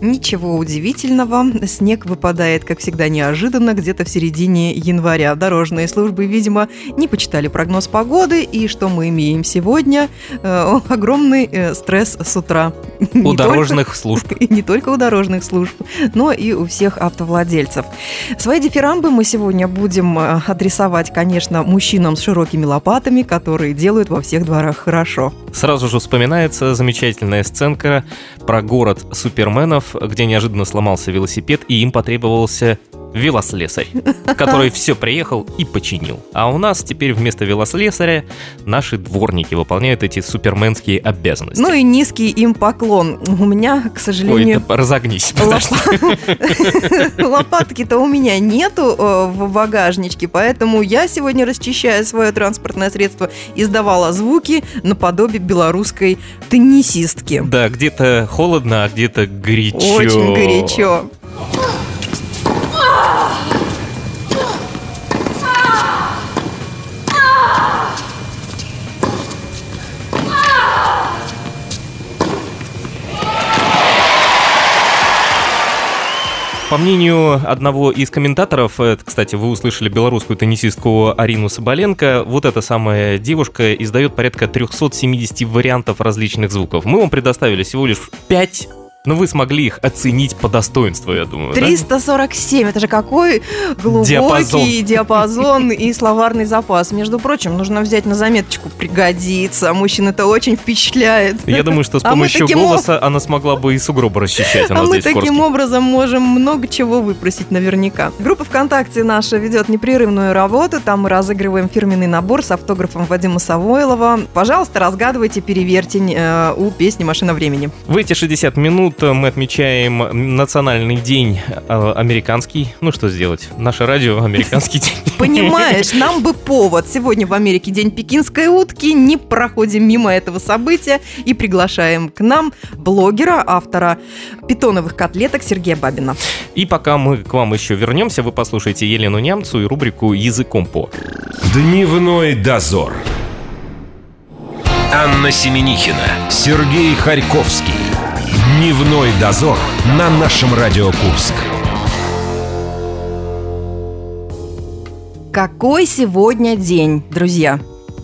Ничего удивительного. Снег выпадает, как всегда, неожиданно, где-то в середине января. Дорожные службы, видимо, не почитали прогноз погоды. И что мы имеем сегодня? Э, огромный э, стресс с утра. У дорожных служб. И не только у дорожных служб, но и у всех автовладельцев. Свои дифирамбы мы сегодня будем э, адресовать, конечно, мужчинам с широкими лопатами, которые делают во всех дворах хорошо. Сразу же вспоминается замечательная сценка про город суперменов, где неожиданно сломался велосипед, и им потребовался велослесарь, который все приехал и починил. А у нас теперь вместо велослесаря наши дворники выполняют эти суперменские обязанности. Ну и низкий им поклон. У меня, к сожалению... Ой, да разогнись, Лопатки-то у меня нету э, в багажничке, поэтому я сегодня расчищаю свое транспортное средство, издавала звуки наподобие белорусской теннисистки. Да, где-то холодно, а где-то горячо. Очень горячо. По мнению одного из комментаторов, это, кстати, вы услышали белорусскую теннисистку Арину Соболенко, вот эта самая девушка издает порядка 370 вариантов различных звуков. Мы вам предоставили всего лишь 5 но вы смогли их оценить по достоинству, я думаю. 347, да? это же какой глубокий диапазон. диапазон и словарный запас. Между прочим, нужно взять на заметочку, пригодится. Мужчин это очень впечатляет. Я думаю, что с помощью а голоса об... она смогла бы и сугробы расчищать. а мы таким образом можем много чего выпросить наверняка. Группа ВКонтакте наша ведет непрерывную работу. Там мы разыгрываем фирменный набор с автографом Вадима Савойлова. Пожалуйста, разгадывайте перевертень э, у песни «Машина времени». В эти 60 минут минут мы отмечаем национальный день э, американский. Ну что сделать? Наше радио американский день. Понимаешь, нам бы повод. Сегодня в Америке день пекинской утки. Не проходим мимо этого события и приглашаем к нам блогера, автора питоновых котлеток Сергея Бабина. И пока мы к вам еще вернемся, вы послушаете Елену Нямцу и рубрику «Языком по». Дневной дозор. Анна Семенихина, Сергей Харьковский. Дневной дозор на нашем Радио Курск. Какой сегодня день, друзья?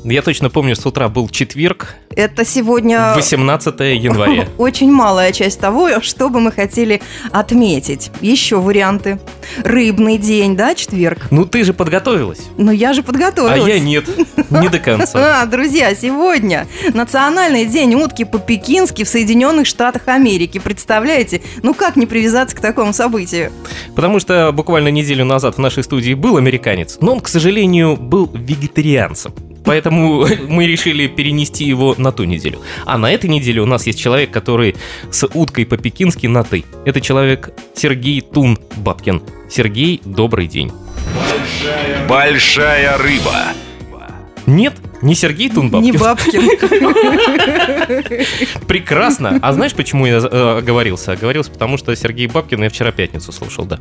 Я точно помню, с утра был четверг. Это сегодня... 18 января. Очень малая часть того, что бы мы хотели отметить. Еще варианты. Рыбный день, да, четверг? Ну ты же подготовилась. Ну я же подготовилась. А я нет, не до конца. А, друзья, сегодня национальный день утки по-пекински в Соединенных Штатах Америки. Представляете? Ну как не привязаться к такому событию? Потому что буквально неделю назад в нашей студии был американец, но он, к сожалению, был вегетарианцем. Поэтому мы решили перенести его на ту неделю. А на этой неделе у нас есть человек, который с уткой по-пекински на «ты». Это человек Сергей Тун Бабкин. Сергей, добрый день. Большая, Большая рыба. Нет, не Сергей Не Тунбабкин. Бабкин. Прекрасно. А знаешь, почему я э, оговорился? Оговорился, потому что Сергей Бабкин я вчера пятницу слушал, да.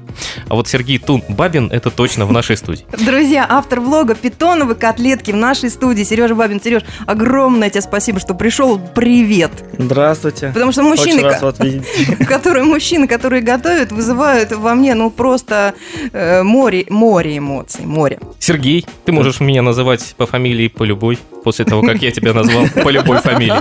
А вот Сергей Тун Бабин это точно в нашей студии. Друзья, автор влога «Питоновы котлетки» в нашей студии. Сережа Бабин. Сереж, огромное тебе спасибо, что пришел. Привет. Здравствуйте. Потому что мужчины, ко- которые, мужчины, которые готовят, вызывают во мне, ну, просто э, море, море эмоций, море. Сергей, ты можешь меня называть по фамилии по любому любой, после того, как я тебя назвал по любой фамилии.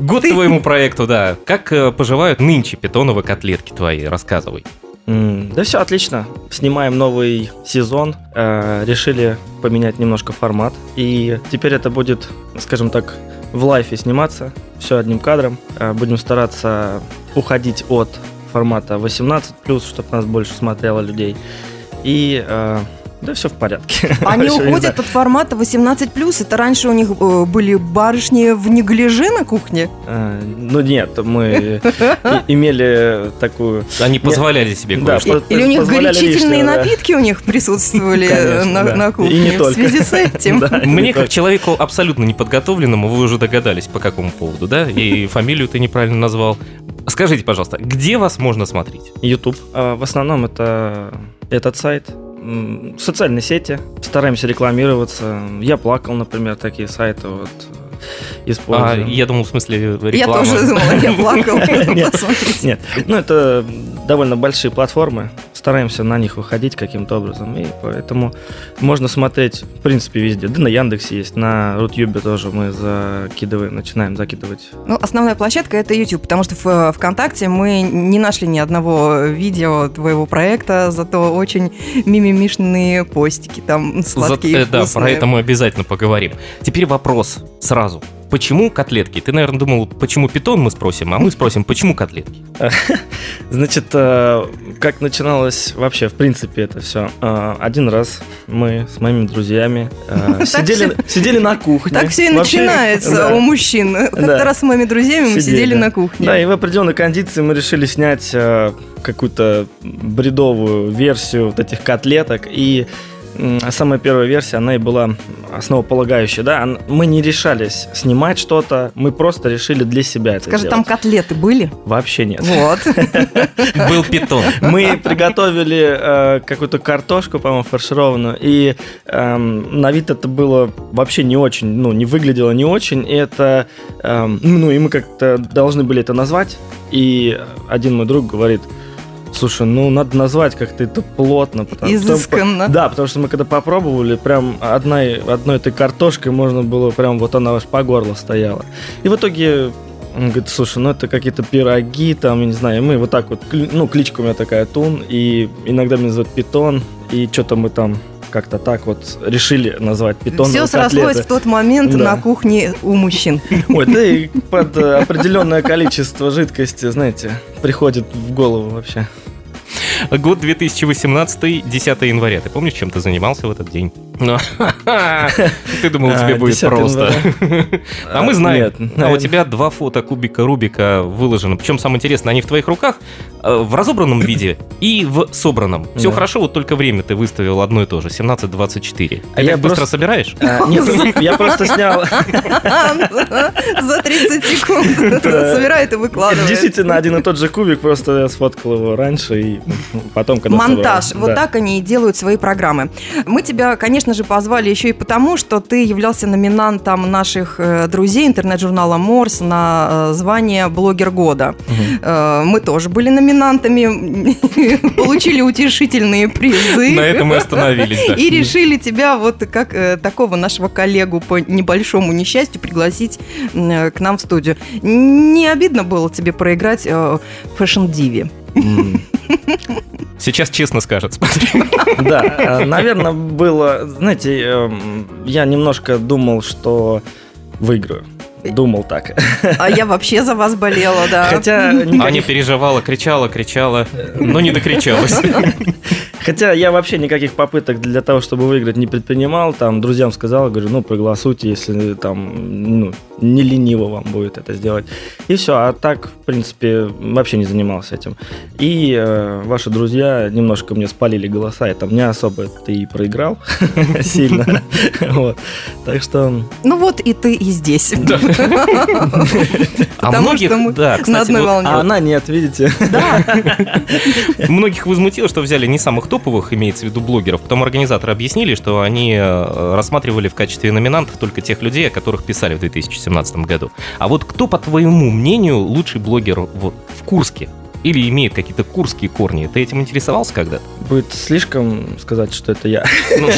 Год Ты... твоему проекту, да. Как э, поживают нынче питоновые котлетки твои? Рассказывай. Mm, да все отлично. Снимаем новый сезон. Э, решили поменять немножко формат. И теперь это будет, скажем так, в лайфе сниматься. Все одним кадром. Э, будем стараться уходить от формата 18+, чтобы нас больше смотрело людей. И э, да все в порядке. Они уходят от формата 18+. Это раньше у них э, были барышни в неглиже на кухне? А, ну нет, мы имели такую... Они позволяли себе да, Или у них горячительные напитки у них присутствовали э, на кухне в связи с этим? Мне, как человеку абсолютно неподготовленному, вы уже догадались, по какому поводу, да? И фамилию ты неправильно назвал. А, Скажите, пожалуйста, где вас можно смотреть? YouTube. В основном это этот сайт м, социальные сети, стараемся рекламироваться. Я плакал, например, такие сайты вот э, А, используем. я думал, в смысле, реклама. Я тоже думала, я плакал. Нет. Посмотрите. Нет, ну это довольно большие платформы, стараемся на них выходить каким-то образом, и поэтому можно смотреть, в принципе, везде. Да на Яндексе есть, на Рутюбе тоже мы закидываем, начинаем закидывать. Ну, основная площадка это YouTube, потому что в э, ВКонтакте мы не нашли ни одного видео твоего проекта, зато очень мимимишные постики там За- сладкие, э, да, про вкусные. это мы обязательно поговорим. Теперь вопрос сразу. Почему котлетки? Ты, наверное, думал, почему питон мы спросим, а мы спросим, почему котлетки? Значит, э, как начиналось вообще, в принципе, это все. Один раз мы с моими друзьями э, Так сидели сидели на кухне. Так все и Вообще, начинается да. у мужчин. Как-то Да. раз с моими друзьями мы Сидели, сидели да. на кухне. Да, и в определенной кондиции мы решили снять э, какую-то бредовую версию вот этих котлеток. И м, а самая первая версия, она и была основополагающая. Да, Ан- мы не решались снимать что-то, мы просто решили для себя это Скажи, там сделать. котлеты были? Вообще нет. Вот. Был питон. Мы приготовили э, какую-то картошку, по-моему, фаршированную, и эм, на вид это было вообще не очень, ну, не выглядело не очень, и это, эм, ну, и мы как-то должны были это назвать, и один мой друг говорит, слушай, ну, надо назвать как-то это плотно. потому- Изысканно. да, потому что мы когда попробовали, прям одной, одной этой картошкой можно было, прям вот она аж по горло стояла. И в итоге он говорит, слушай, ну это какие-то пироги, там, я не знаю, и мы вот так вот, кли- ну, кличка у меня такая Тун, и иногда меня зовут Питон, и что-то мы там как-то так вот решили назвать питон. Все срослось в тот момент Да. на кухне у мужчин. Ой, да и под э, определенное количество жидкости, знаете, приходит в голову вообще. Год 2018, 10 января. Ты помнишь, чем ты занимался в этот день? Ну, Ты думал, тебе А, будет 10 просто. А мы знаем. Нет, А у наверное. тебя два фото кубика Рубика выложено. Причем самое интересное, они в твоих руках э, в разобранном виде и в собранном. Все Да. хорошо, вот только время ты выставил одно и то же, 17.24. А А я так быстро просто- собираешь? А, Нет, я просто снял, За 30 секунд Да. собирает и Это выкладывает. действительно один и тот же кубик, просто я сфоткал его раньше и ну, потом, когда Монтаж. собрал. Вот Да. так они и делают свои программы. Мы тебя, конечно же, позвали еще и потому, что ты являлся номинантом наших э, друзей интернет-журнала Морс на э, звание блогер года. Мгм. Э, Мы тоже были номинантами, получили утешительные призы. На этом мы остановились, да. И решили тебя вот как э, такого нашего коллегу по небольшому несчастью пригласить м, э, к нам в студию. Не обидно было тебе проиграть э, в фэшн-диве? М. Сейчас честно скажет, смотри. Да, наверное, было, знаете, эм, я немножко думал, что выиграю. Думал так. А я вообще за вас болела, да. Хотя, Аня никаких- переживала, кричала, кричала, но не докричалась. хотя я вообще никаких попыток для того, чтобы выиграть, не предпринимал. Там друзьям сказал, говорю, ну проголосуйте, если там ну, не лениво вам будет это сделать. И все. А так, в принципе, вообще не занимался этим. И э, ваши друзья немножко мне спалили голоса, и там не особо ты и проиграл сильно. Вот. Так что а Ну вот и ты и здесь. А Потому многих, что мы да, на кстати, одной вот волне. А она нет, видите? Многих возмутило, что взяли не самых топовых, имеется в виду блогеров. Потом организаторы объяснили, что они э, рассматривали в качестве номинантов только тех людей, о которых писали в 2017 году. А вот кто, по твоему мнению, лучший блогер вот в Курске? Или имеет какие-то курские корни? Ты этим интересовался когда-то? Будет слишком сказать, что это я. Ну,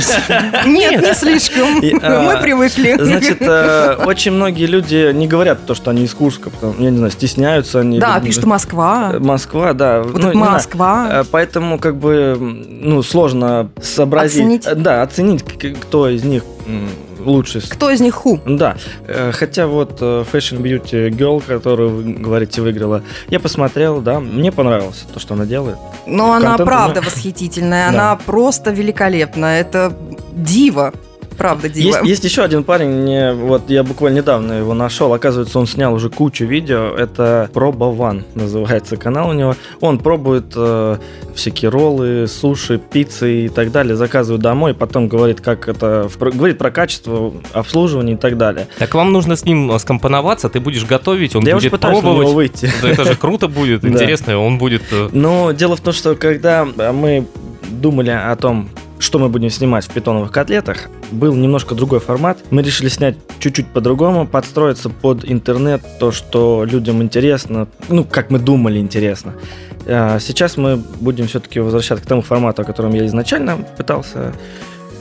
Нет, не слишком. И, а, Мы привыкли. Значит, э, очень многие люди не говорят то, что они из Курска, потому, я не знаю, стесняются они. Да, пишут Москва. Москва, да. Вот ну, это не знаю. Москва. Э, Поэтому, как бы, м, ну, сложно сообразить. Оценить. Э, Да, оценить, к- кто из них м, лучше. Кто из них ху? Да, э, хотя вот э, Fashion Beauty Girl, которую вы говорите выиграла, я посмотрел, да, мне понравилось то, что она делает. Но она Контент у меня- правда восхитительная. Да. Она просто великолепна. Это дива. Правда, дива. Есть, есть еще один парень, мне- вот я буквально недавно его нашел, оказывается, он снял уже кучу видео, это Проба Ван называется канал у него. Он пробует э, всякие роллы, суши, пиццы и так далее, заказывает домой, потом говорит, как это, в про- говорит про качество обслуживания и так далее. Так вам нужно с ним э, скомпоноваться, ты будешь готовить, он да я уже будет пытаюсь на него пробовать. выйти. Да Это же круто будет, Да. интересно, он будет... э, Но дело в том, что когда мы думали о том, что мы будем снимать в питоновых котлетах, был немножко другой формат. Мы решили снять чуть-чуть по-другому, подстроиться под интернет, то, что людям интересно, ну, как мы думали, интересно. Э, Сейчас мы будем все-таки возвращаться к тому формату, о котором я изначально пытался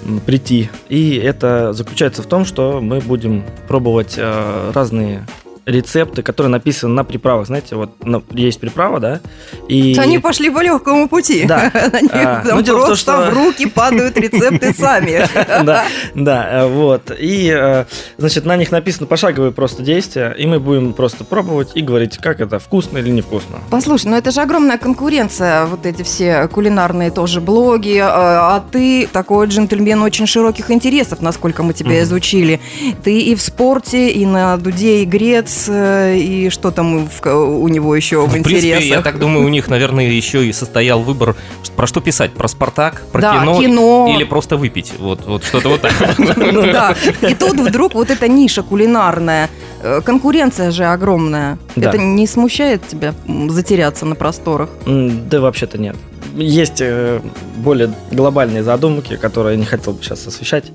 м, прийти. И это заключается в том, что мы будем пробовать э, разные рецепты, которые написаны на приправах. Знаете, вот на- есть приправа, да? И... Они пошли по легкому пути. Да. Они А, там ну, дело в том, просто что- в руки падают рецепты сами. Да, да, э, вот. И, э, значит, на них написано пошаговые просто действия, и мы будем просто пробовать и говорить, как это, вкусно или невкусно. Послушай, ну это же огромная конкуренция, вот эти все кулинарные тоже блоги, э, а ты такой джентльмен очень широких интересов, насколько мы тебя Мгм. изучили. Ты и в спорте, и на Дуде, и Грец, э, и что там в- у него еще в, В интересах. принципе, я так думаю, у них, наверное, еще и состоял выбор, ш- про что писать, про Спартак, про да, кино, кино. или просто выпить. Вот, вот что-то вот так. Ну да. И тут вдруг вот эта ниша кулинарная, э, конкуренция же огромная. Да. Это не смущает тебя м, затеряться на просторах? М, Да вообще-то нет. Есть э, более глобальные задумки, которые я не хотел бы сейчас освещать,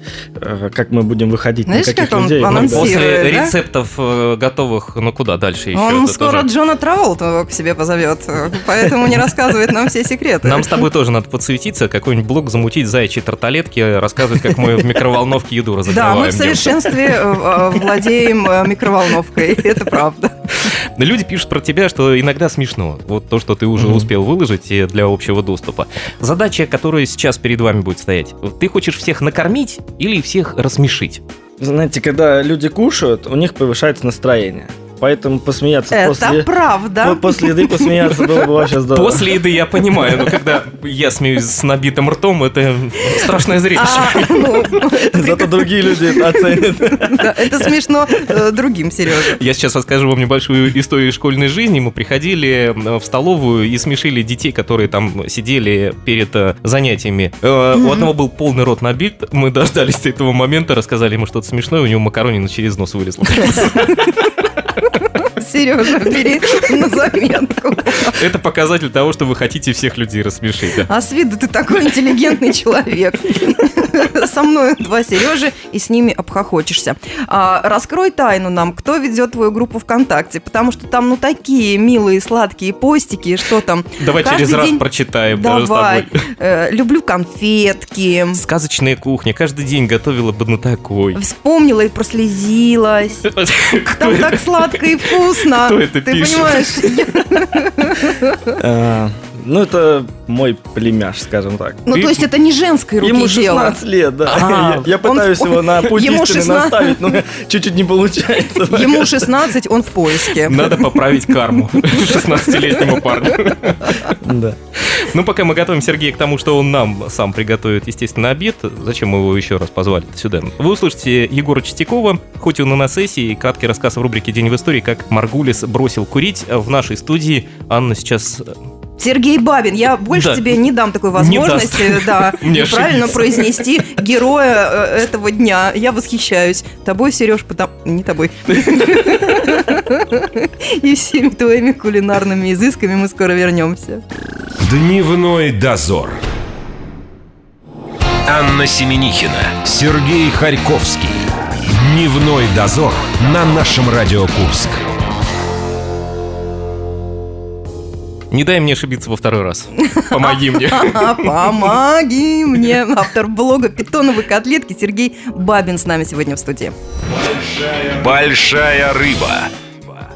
э, как мы будем выходить Знаешь, на каких как он людей. анонсирует? да. После да? рецептов э, готовых, ну куда дальше еще? Он Это скоро тоже- Джона Траволта к себе позовет, поэтому не рассказывает нам все секреты. Нам с тобой тоже надо подсуетиться, какой-нибудь блог замутить, заячьи тарталетки, рассказывать, как мы в микроволновке еду Да, мы в разогреваем. совершенстве э, э, владеем э, микроволновкой, это правда. Да, Люди пишут про тебя, что иногда смешно. Вот то, что ты уже Мгм. успел выложить э, для общего доступа. Задача, которая сейчас перед вами будет стоять. Ты хочешь всех накормить или всех рассмешить? Знаете, когда люди кушают, у них повышается настроение. Поэтому посмеяться Это после... правда. по- После еды посмеяться было бы вообще здорово. После еды я понимаю, но когда я смеюсь с набитым ртом, это страшное зрелище. А, ну, Зато другие люди это оценят. да, Это смешно э, другим, Сережа. Я сейчас расскажу вам небольшую историю из школьной жизни. Мы приходили э, в столовую и смешили детей, которые там сидели перед э, занятиями. Э, У Мгм. одного был полный рот набит. Мы дождались этого момента, рассказали ему что-то смешное, у него макаронина через нос вылезла. Сережа, бери на заметку. Это показатель того, что вы хотите всех людей рассмешить. да. А с виду ты такой интеллигентный человек. Со мной два Сережи, и с ними обхохочешься. А, раскрой тайну нам, кто ведет твою группу ВКонтакте, потому что там ну такие милые сладкие постики, что там. Давай Каждый через раз день- прочитаем даже с Давай. тобой. Э, люблю конфетки. Сказочная кухня. Каждый день готовила бы на такой. Вспомнила и прослезилась. Кто Там это? так сладко и вкусно. Кто это Ты пишет? понимаешь? я- А, Ну, это мой племяш, скажем так. Ну, Ты- то есть это не женской руки Ему дело. 16 лет, да. А, я, я он пытаюсь в- его на путь ему истины 16. наставить, но чуть-чуть не получается. Ему 16, он в поиске. Надо поправить карму 16-летнему парню. Да. Ну, пока мы готовим Сергея к тому, что он нам сам приготовит, естественно, обед, зачем мы его еще раз позвали сюда? Вы услышите Егора Чистякова, хоть он и на сессии, и краткий рассказ в рубрике «День в истории», как Маргулис бросил курить в нашей студии. Анна сейчас... э, Сергей Бабин, я больше Да. тебе не дам такой Не возможности, да, Мне правильно ошибиться. произнести героя э, этого дня. Я восхищаюсь тобой, Сереж, потому... Не тобой. И всеми твоими кулинарными изысками мы скоро вернемся. Дневной дозор. Анна Семенихина, Сергей Харьковский. Дневной дозор на нашем Радио Курск. Не дай мне ошибиться во второй раз. Помоги мне. А, Помоги мне! Автор блога «Питоновые котлетки» Сергей Бабин с нами сегодня в студии. Большая рыба.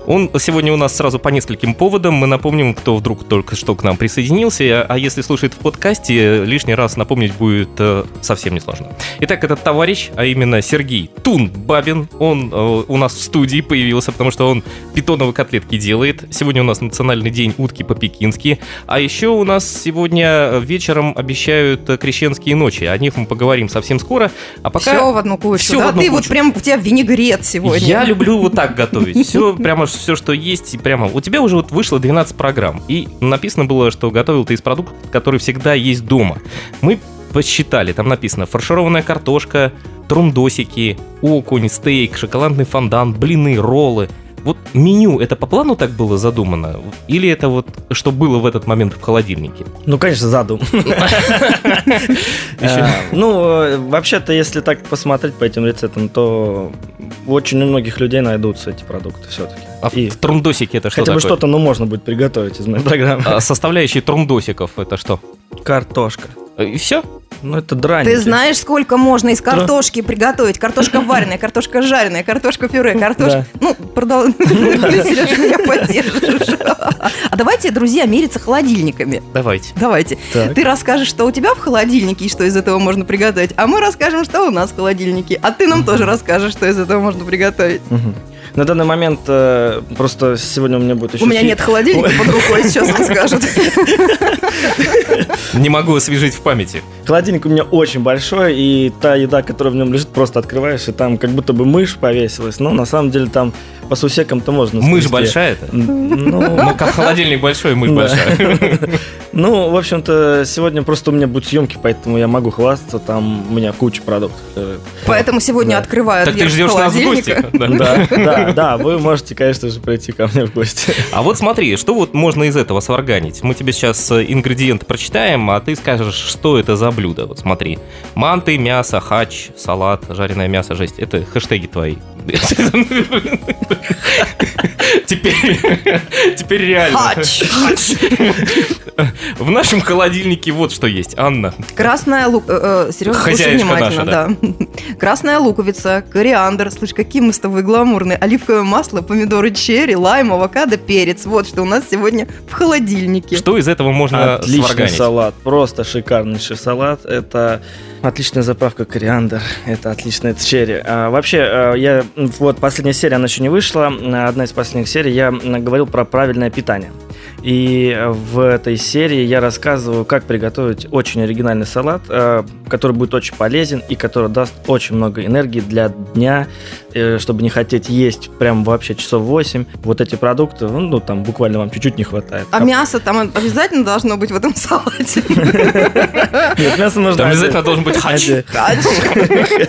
Он сегодня у нас сразу по нескольким поводам. Мы напомним, кто вдруг только что к нам присоединился. А если слушает в подкасте, лишний раз напомнить будет э, совсем несложно. Итак, этот товарищ, а именно Сергей Тун Бабин, он э, у нас в студии появился, потому что он питоновые котлетки делает. Сегодня у нас национальный день утки по-пекински. А еще у нас сегодня вечером обещают э, крещенские ночи. О них мы поговорим совсем скоро. А пока... Все в одну кучу, всё в да? одну Ты вот кучу. прям, у тебя винегрет сегодня. Я люблю вот так готовить. Все, прямо все, что есть, и прямо. У тебя уже вот вышло 12 программ, и написано было, что готовил ты из продуктов, которые всегда есть дома. Мы посчитали, там написано фаршированная картошка, трундосики, окунь, стейк, шоколадный фондан, блины, роллы. Вот меню, это по плану так было задумано? Или это вот, что было в этот момент в холодильнике? Ну, конечно, задум. Ещё. Э, Ну, э, вообще-то, если так посмотреть по этим рецептам, то очень у многих людей найдутся эти продукты все-таки. А в И трундосике это что хотя бы такое? что-то, ну, можно будет приготовить из моей программы. А Составляющие трундосиков это что? Картошка. И все? Ну, это А, драники. Ты знаешь, сколько можно из картошки приготовить? Картошка вареная, картошка жареная, картошка пюре, картошка... Ну, продал... Сережа меня поддержишь. А давайте, друзья, мериться холодильниками. Давайте. Давайте. Так. Ты расскажешь, что у тебя в холодильнике и что из этого можно приготовить, а мы расскажем, что у нас в холодильнике. А ты нам тоже расскажешь, что из этого можно приготовить. Мгм. На данный момент э, просто сегодня у меня будет еще... У меня нет холодильника под рукой, сейчас вам скажут. Не могу освежить в памяти. Холодильник у меня очень большой, и та еда, которая в нем лежит, просто открываешь, и там как будто бы мышь повесилась. Но на самом деле там по сусекам-то Ну, можно Мышь скрести. большая-то? М, Ну, Ну, как холодильник большой, мышь Да. большая. Ну, в общем-то, сегодня просто у меня будут съемки, поэтому я могу хвастаться, там у меня куча продуктов. Э, Поэтому сегодня Да. открывают Так ты дверь ждешь нас в гости. холодильника. Да. Да, да, да, вы можете, конечно же, прийти ко мне в гости. А вот смотри, что вот можно из этого сварганить? Мы тебе сейчас э, ингредиенты прочитаем, а ты скажешь, что это за блюдо. Вот смотри. Манты, мясо, хач, салат, жареное мясо, жесть. Это хэштеги твои. Теперь, теперь реально. Хач. В нашем холодильнике вот что есть, Анна. Красная лук... э, э, Сережа, слушай Хозяюшка внимательно, наша, да. Красная луковица, кориандр, слышь, какие мы с тобой гламурные, оливковое масло, помидоры черри, лайм, авокадо, перец. Вот что у нас сегодня в холодильнике. Что из этого можно Отличный сварганить? салат, просто шикарнейший салат. Это отличная заправка кориандр, это отличная черри. А, вообще, э, я м, вот последняя серия, она еще не вышла, э, одна из последних серий, я м, говорил про правильное питание. И э, в этой серии я рассказываю, как приготовить очень оригинальный салат, э, который будет очень полезен и который даст очень много энергии для дня, э, чтобы не хотеть есть прям вообще часов 8. Вот эти продукты, ну, ну, там буквально вам чуть-чуть не хватает. А мясо там обязательно должно быть в этом салате. Нет, мясо нужно Там отдельно. обязательно должен быть хач. Отде- Э,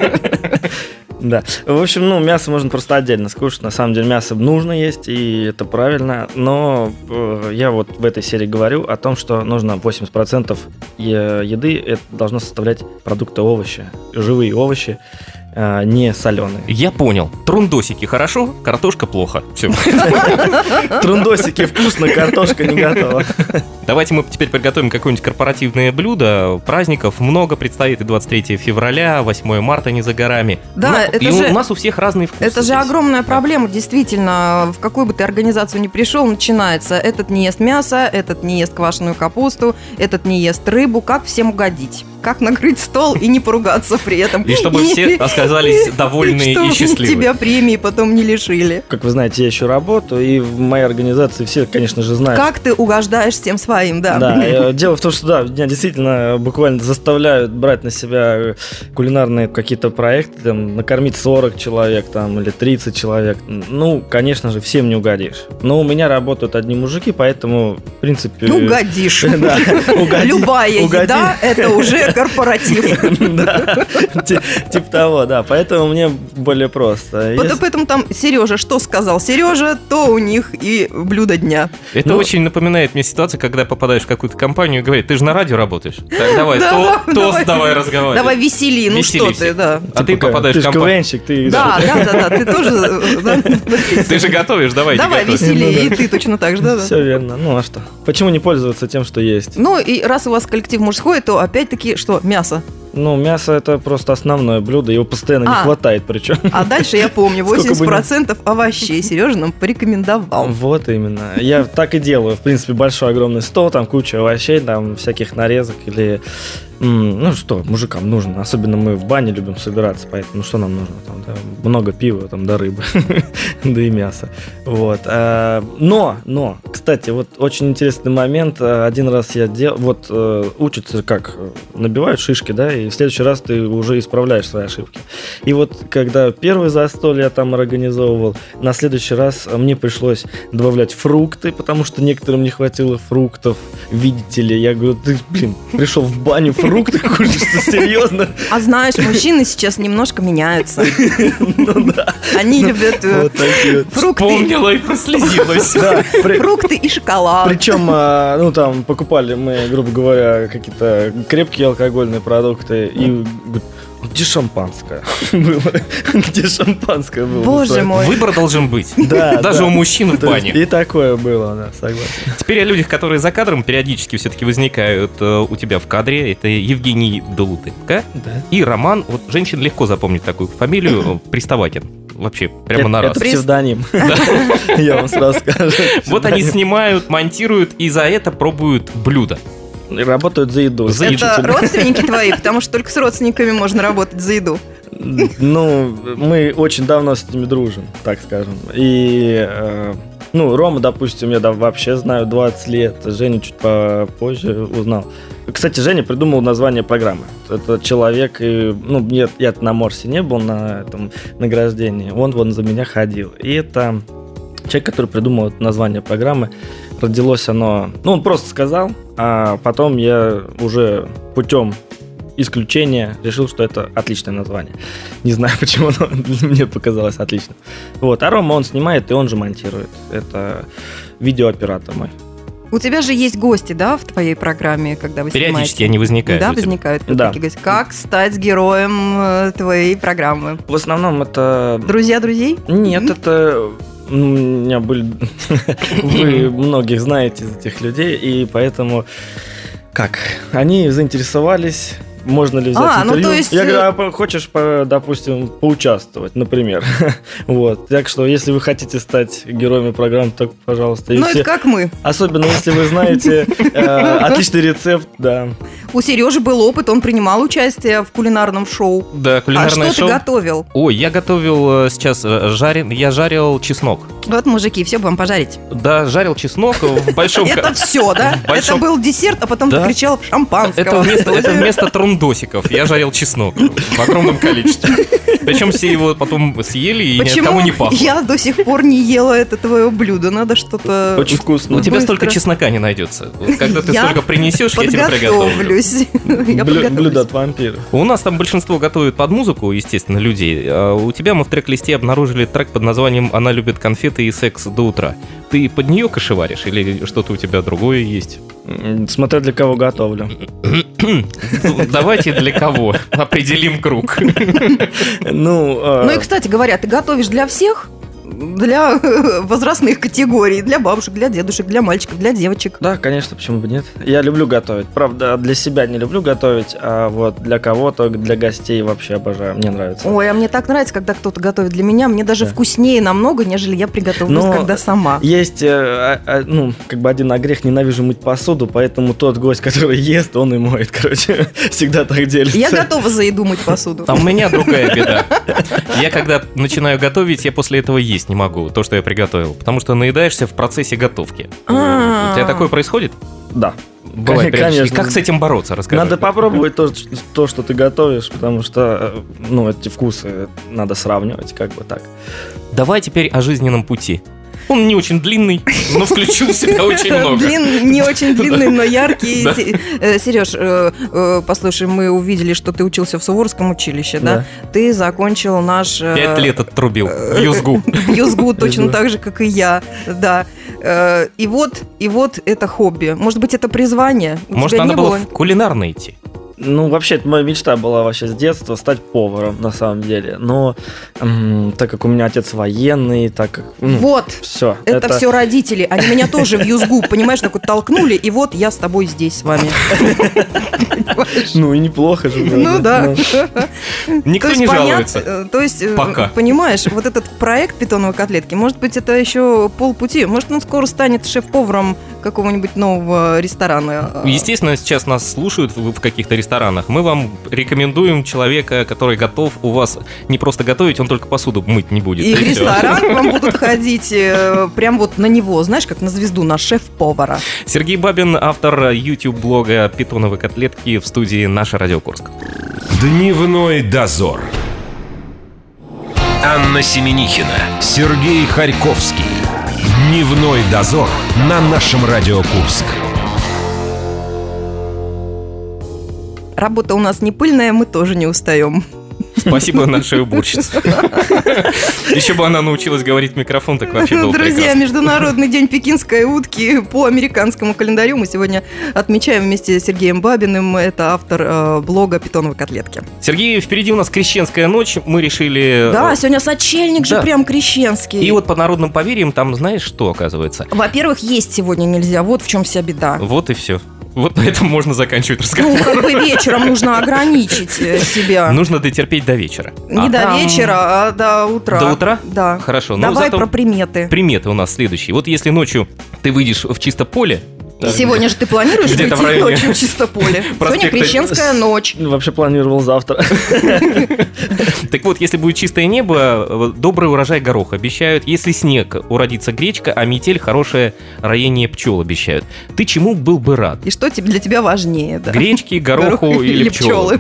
Да. В общем, ну, мясо можно просто отдельно скушать. На самом деле, мясо нужно есть, и это правильно. Но э, я вот в этой серии говорю о том, что нужно 80% е- еды это должно составлять продукты овощи, живые овощи, э, не соленые. Я понял. Трундосики хорошо, картошка плохо. Все. Трундосики вкусно, картошка не готова. Давайте мы теперь приготовим какое-нибудь корпоративное блюдо. Праздников много предстоит и 23 февраля, 8 марта не за горами. Да, У на- это и у же- нас у всех разные вкусы. Это же здесь. огромная проблема, действительно. В какую бы ты организацию ни пришел, начинается. Этот не ест мясо, этот не ест квашеную капусту, этот не ест рыбу. Как всем угодить? Как накрыть стол и не поругаться при этом? И чтобы все оказались довольны чтобы и счастливы. тебя премии потом не лишили. Как вы знаете, я еще работаю, и в моей организации все, конечно же, знают, Как ты угождаешь всем своим, да? Да, э, дело в том, что да, меня действительно э, буквально заставляют брать на себя э, кулинарные какие-то проекты, там, накормить 40 человек там, или 30 человек. Ну, конечно же, всем не угодишь. Но у меня работают одни мужики, поэтому, в принципе... Ну, угодишь. Да, угоди- Любая угоди. еда – это уже корпоратив. Да, ти- типа того, да. Поэтому мне более просто. Вот Если- Поэтому там Сережа что сказал Сережа, то у них и блюдо дня. Это Ну- очень напоминает мне ситуацию, когда попадаешь в какую-то компанию и говорят, ты же на радио работаешь. Так, давай, Да, то- да, тост давай. давай разговаривай. Давай весели, ну Весели что всех. ты, да. А ты типа, попадаешь Ты в же компанию. КВНщик, ты... Да, да, да, да, ты тоже... да, Ты же готовишь, давай, Давай иди готовь. весели, и ты точно так же, да, да. Все верно. Ну, а что? Почему не пользоваться тем, что есть? Ну и раз у вас коллектив мужской, то опять-таки что, мясо. Ну, мясо это просто основное блюдо, его постоянно не А. хватает причем. А дальше я помню, Сколько бы ни- 80% овощей Сережа нам порекомендовал. Вот именно. Я так и делаю. В принципе, большой огромный стол, там куча овощей, там всяких нарезок или... м, Ну что, мужикам нужно. Особенно мы в бане любим собираться, поэтому что нам нужно? Там, да, много пива, там, да рыбы, да и мяса. Вот. а, Но, но, кстати, вот очень интересный момент. А, Один раз я делал... Вот э, учатся как? э, Набивают шишки, да, и в следующий раз ты уже исправляешь свои ошибки. И вот когда первый застолье я там организовывал, на следующий раз э, мне пришлось добавлять фрукты, потому что некоторым не хватило фруктов. Видите ли, я говорю, ты, блин, пришел в баню, фрукты кушаешь, ты серьезно? А знаешь, мужчины сейчас немножко меняются. Ну да. Они любят э, Вот такие вот. фрукты, Вспомнила и прослезилась. Да, при- фрукты и шоколад. Причем, а, ну там покупали мы, грубо говоря, какие-то крепкие алкогольные продукты и говорит, «А где шампанское было? Где шампанское было? Боже мой. Выбор должен быть. Да, Даже да. у мужчин в То есть бане. И такое было, да, согласен. Теперь о людях, которые за кадром периодически все-таки возникают э, у тебя в кадре. Это Евгений Долутенко Да. и Роман. Вот женщин легко запомнить такую фамилию. э, Приставакин. Вообще, прямо на это, раз. это псевдоним. Я вам сразу скажу. Вот они снимают, монтируют и за это пробуют блюдо. И Работают за еду. За еду. Это исключительно. родственники твои, потому что только с родственниками можно работать за еду. Ну, мы очень давно с ними дружим, так скажем. И, э, ну, Рома, допустим, я да, вообще знаю 20 лет, Женю чуть попозже узнал. Кстати, Женя придумал название программы. Это человек, и, ну, нет, я-то на Морсе не был на этом награждении, он вон за меня ходил. И это человек, который придумал это название программы. Родилось оно, ну, он просто сказал, а потом я уже путем исключения решил, что это отличное название. Не знаю, почему, но мне показалось отлично. Вот, а Рома он снимает и он же монтирует. Это видеооператор мой. У тебя же есть гости, да, в твоей программе, когда вы Периодически снимаете? они возникают. Да, у тебя. возникают вот Да. такие гости. Как стать героем э, твоей программы? В основном это... Друзья друзей? Нет, это... У меня были... Вы многих знаете из этих людей, и поэтому... Как? Они заинтересовались... Можно ли взять А, ну, интервью? то есть, Я э, говорю, а по- хочешь, по- допустим, поучаствовать, например. вот. Так что, если вы хотите стать героями программы, то, пожалуйста. И Ну, все- это как мы. Особенно если вы знаете э, отличный рецепт, да. У Сережи был опыт, он принимал участие в кулинарном шоу. Да, А кулинарное что ты шоу. готовил? Ой, я готовил э, сейчас э, жарен, я жарил чеснок. Вот, мужики, все бы вам пожарить. Да, жарил чеснок в большом... ка- Это все, да? Это большом- был десерт, а потом ты Да. кричал Это шампанского. вместо, это вместо трундосиков. Я жарил чеснок в огромном количестве. Причем все его потом съели и ни от кого Почему не пахло. я до сих пор не ела это твое блюдо? Надо что-то... Очень вкусно. У тебя быстро. столько чеснока не найдется. Вот Когда ты Я столько принесешь, я тебе приготовлю. Подготовлюсь. Я Блю- Блюдо подготовлюсь. от вампира. У нас там большинство готовит под музыку, естественно, людей. А у тебя мы в трек-листе обнаружили трек под названием «Она любит конфеты и секс до утра». Ты под нее кошеваришь или что-то у тебя другое есть? М, Смотря для кого готовлю. Ну, Давайте для кого определим круг. Ну, э, Ну и, кстати говоря, ты готовишь для всех? Для возрастных категорий, для бабушек, для дедушек, для мальчиков, для девочек. да, конечно, почему бы нет. Я люблю готовить. Правда, для себя не люблю готовить, а вот для кого-то, для гостей вообще обожаю. Мне нравится. Ой, а мне так нравится, когда кто-то готовит для меня. Мне даже Да. вкуснее намного, нежели я приготовлюсь, Но- когда сама. Есть, э, а- а, ну, как бы один огрех, ненавижу мыть посуду, поэтому тот гость, который ест, он и моет, короче. Всегда так делится. Я готова за еду мыть посуду. А у меня другая беда. Я когда начинаю готовить, я после этого есть не могу, то, что я приготовил. Потому что наедаешься в процессе готовки. У А. тебя такое происходит? Да. Бывает Кон- периодически. конечно. Как с этим бороться, расскажи. Надо попробовать то, ш- то, что ты готовишь, потому что, э, ну, эти вкусы надо сравнивать, как бы так. Давай теперь о жизненном пути. Он не очень длинный, но включил в себя очень много. Длин- не очень длинный, но яркий. Да. Се- э, Сереж, э, э, послушай, мы увидели, что ты учился в Суворском училище, да? Ты закончил наш... э, Пять лет оттрубил. в Юзгу. Юзгу точно Юзгу. так же, как и я, да. Э, И вот, и вот это хобби. Может быть, это призвание? У Может, тебя надо не было в кулинарный идти? Ну, вообще, это моя мечта была вообще с детства стать поваром, на самом деле. Но м, так как у меня отец военный, так как... ну, Вот, Все. это, все родители. Они меня тоже в Юзгу, понимаешь, так вот толкнули, и вот я с тобой здесь с вами. Ну, и неплохо же. вроде. Ну да. То Никто есть не понят- жалуется. э, То есть, э, Пока. понимаешь, вот этот проект питоновой котлетки, может быть, это еще полпути. Может, он скоро станет шеф-поваром какого-нибудь нового ресторана. э, Естественно, сейчас нас слушают в в каких-то ресторанах. Мы вам рекомендуем человека, который готов у вас не просто готовить, он только посуду мыть не будет. И в всё. ресторан к вам будут ходить э, прям вот на него, знаешь, как на звезду, на шеф-повара. Сергей Бабин, автор YouTube-блога «Питоновые котлетки» в студии «Наша Радио Курск». Дневной дозор. Анна Семенихина, Сергей Харьковский. Дневной дозор на нашем Радио Курск. Работа у нас не пыльная, мы тоже не устаем. Спасибо нашей уборщице. Еще бы она научилась говорить в микрофон, так вообще было Друзья, прекрасно. Международный день пекинской утки по американскому календарю мы сегодня отмечаем вместе с Сергеем Бабиным. Это автор э, блога «Питоновые котлетки». Сергей, впереди у нас крещенская ночь. Мы решили... ну- Да, э, сегодня сочельник же да. прям крещенский. И вот по народным поверьям там знаешь что, оказывается? Во-первых, есть сегодня нельзя, вот в чем вся беда. Вот и все. Вот на этом можно заканчивать разговор. Ну, как бы вечером нужно ограничить э, себя. Нужно дотерпеть до вечера. Не до А Ну, там вечера, а до утра. До утра? Да. Хорошо, но Давай зато- про приметы. Приметы у нас следующие. Вот если ночью ты выйдешь в чисто поле, Так. Сегодня же ты планируешь Где-то в уйти районе ночью в Чистополе? Сегодня проспекта- Крещенская ночь. Ну, Вообще планировал завтра. Так вот, если будет чистое небо, э, добрый урожай горох обещают. Если снег, уродится гречка, а метель хорошее роение пчел обещают. Ты чему был бы рад? И что тебе- для тебя важнее, да? Гречки, гороху Горох или пчелы?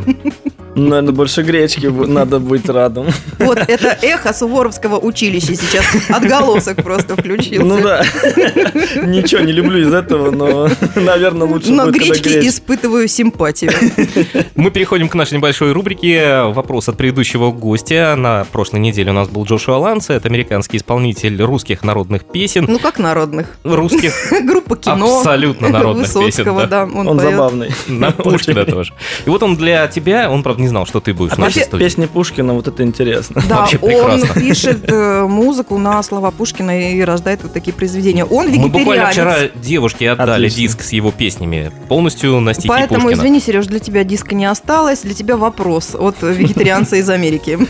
Наверное, больше гречки бу- надо быть радом. Вот это эхо Суворовского училища сейчас отголосок просто включился. Ну да. Ничего не люблю из этого, но, наверное, лучше Но будет, когда гречки гречка. испытываю симпатию. Мы переходим к нашей небольшой рубрике «Вопрос от предыдущего гостя». На прошлой неделе у нас был Джошуа Ланце, это американский исполнитель русских народных песен. Ну, как народных. Русских Группа кино. абсолютно народных песен. Высоцкого, да. да. Он, Он поет. забавный. На Пушкина Очень. тоже. И вот он для тебя, он, правда, не знал, что ты будешь в нашей А вообще студии. А Песни Пушкина, вот это интересно. Да, Вообще он прекрасно. пишет э, музыку на слова Пушкина и рождает вот такие произведения. Он Мы буквально вегетарианец. вчера девушке отдали Отлично. диск с его песнями полностью на стихи Поэтому, Пушкина. извини, Сереж, для тебя диска не осталось, для тебя вопрос от вегетарианца из Америки.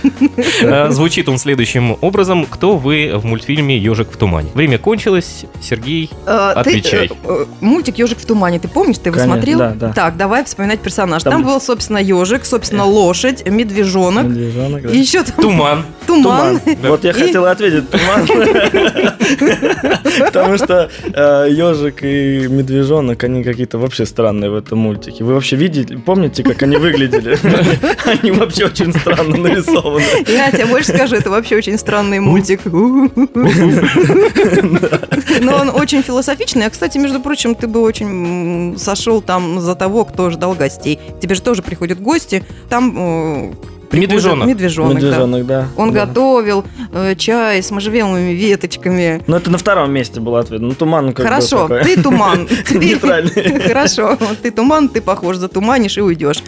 Э, Звучит он следующим образом. Кто вы в мультфильме «Ежик в тумане»? Время кончилось. Сергей, Э, ты, Отвечай. э, э, мультик Ежик в тумане, ты помнишь, ты его Конечно, смотрел? да, да. Так, давай вспоминать персонаж. Там, Там- Э. был, собственно, ежик, собственно, лошадь, медвежонок, Медвежонок, да. и еще там туман. туман. Туман. Вот я И- хотел ответить туман. Потому что э, ежик и медвежонок, они какие-то вообще странные в этом мультике. Вы вообще видели, помните, как они выглядели? Они вообще очень странно нарисованы. Я тебе больше скажу, это вообще очень странный мультик. Но он очень философичный. А, кстати, между прочим, ты бы очень м, сошел там за того, кто ждал гостей. Тебе же тоже приходят гости. Там э, приходят- Медвежонок. Медвежонок, да. Медвежонок, да. Он Да. готовил э, чай с можжевелыми веточками. Ну, это на втором месте был ответ. Ну, туман как бы Хорошо, такой. ты туман. Теперь- Нейтральный. Хорошо, ты туман, ты похож, затуманишь и уйдешь.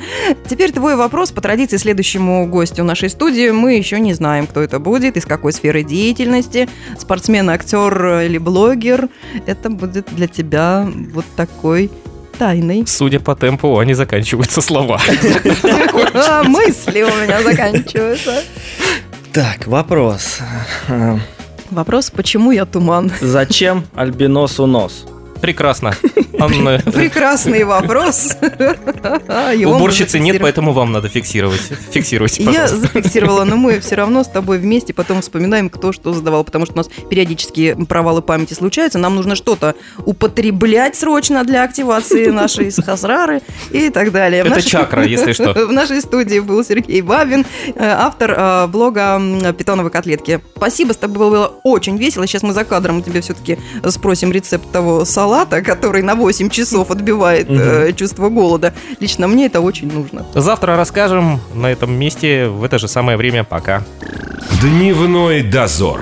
Теперь твой вопрос по традиции следующему гостю нашей студии. Мы еще не знаем, кто это будет, из какой сферы деятельности, спортсмен, актер или блогер. Это будет для тебя вот такой тайной. Судя по темпу, они заканчиваются слова. А, Мысли у меня заканчиваются. Так, вопрос. Вопрос, почему я туман? Э, Зачем альбиносу нос? Прекрасно. Анна, Прекрасный вопрос. Его можно уборщицы нет, фиксировать. поэтому вам надо фиксировать. Фиксируйте, Я пожалуйста. зафиксировала, но мы все равно с тобой вместе потом вспоминаем, кто что задавал, потому что у нас периодически провалы памяти случаются. Нам нужно что-то употреблять срочно для активации нашей сахасрары и так далее. В Это нашей- чакра, если что. В нашей студии был Сергей Бабин, э, автор э, блога м, «Питоновые котлетки». Спасибо, с тобой было очень весело. Сейчас мы за кадром у тебя все-таки спросим рецепт того салата, который на 8 часов отбивает э, чувство голода. Лично мне это очень нужно. Завтра расскажем на этом месте в это же самое время. Пока. Дневной дозор.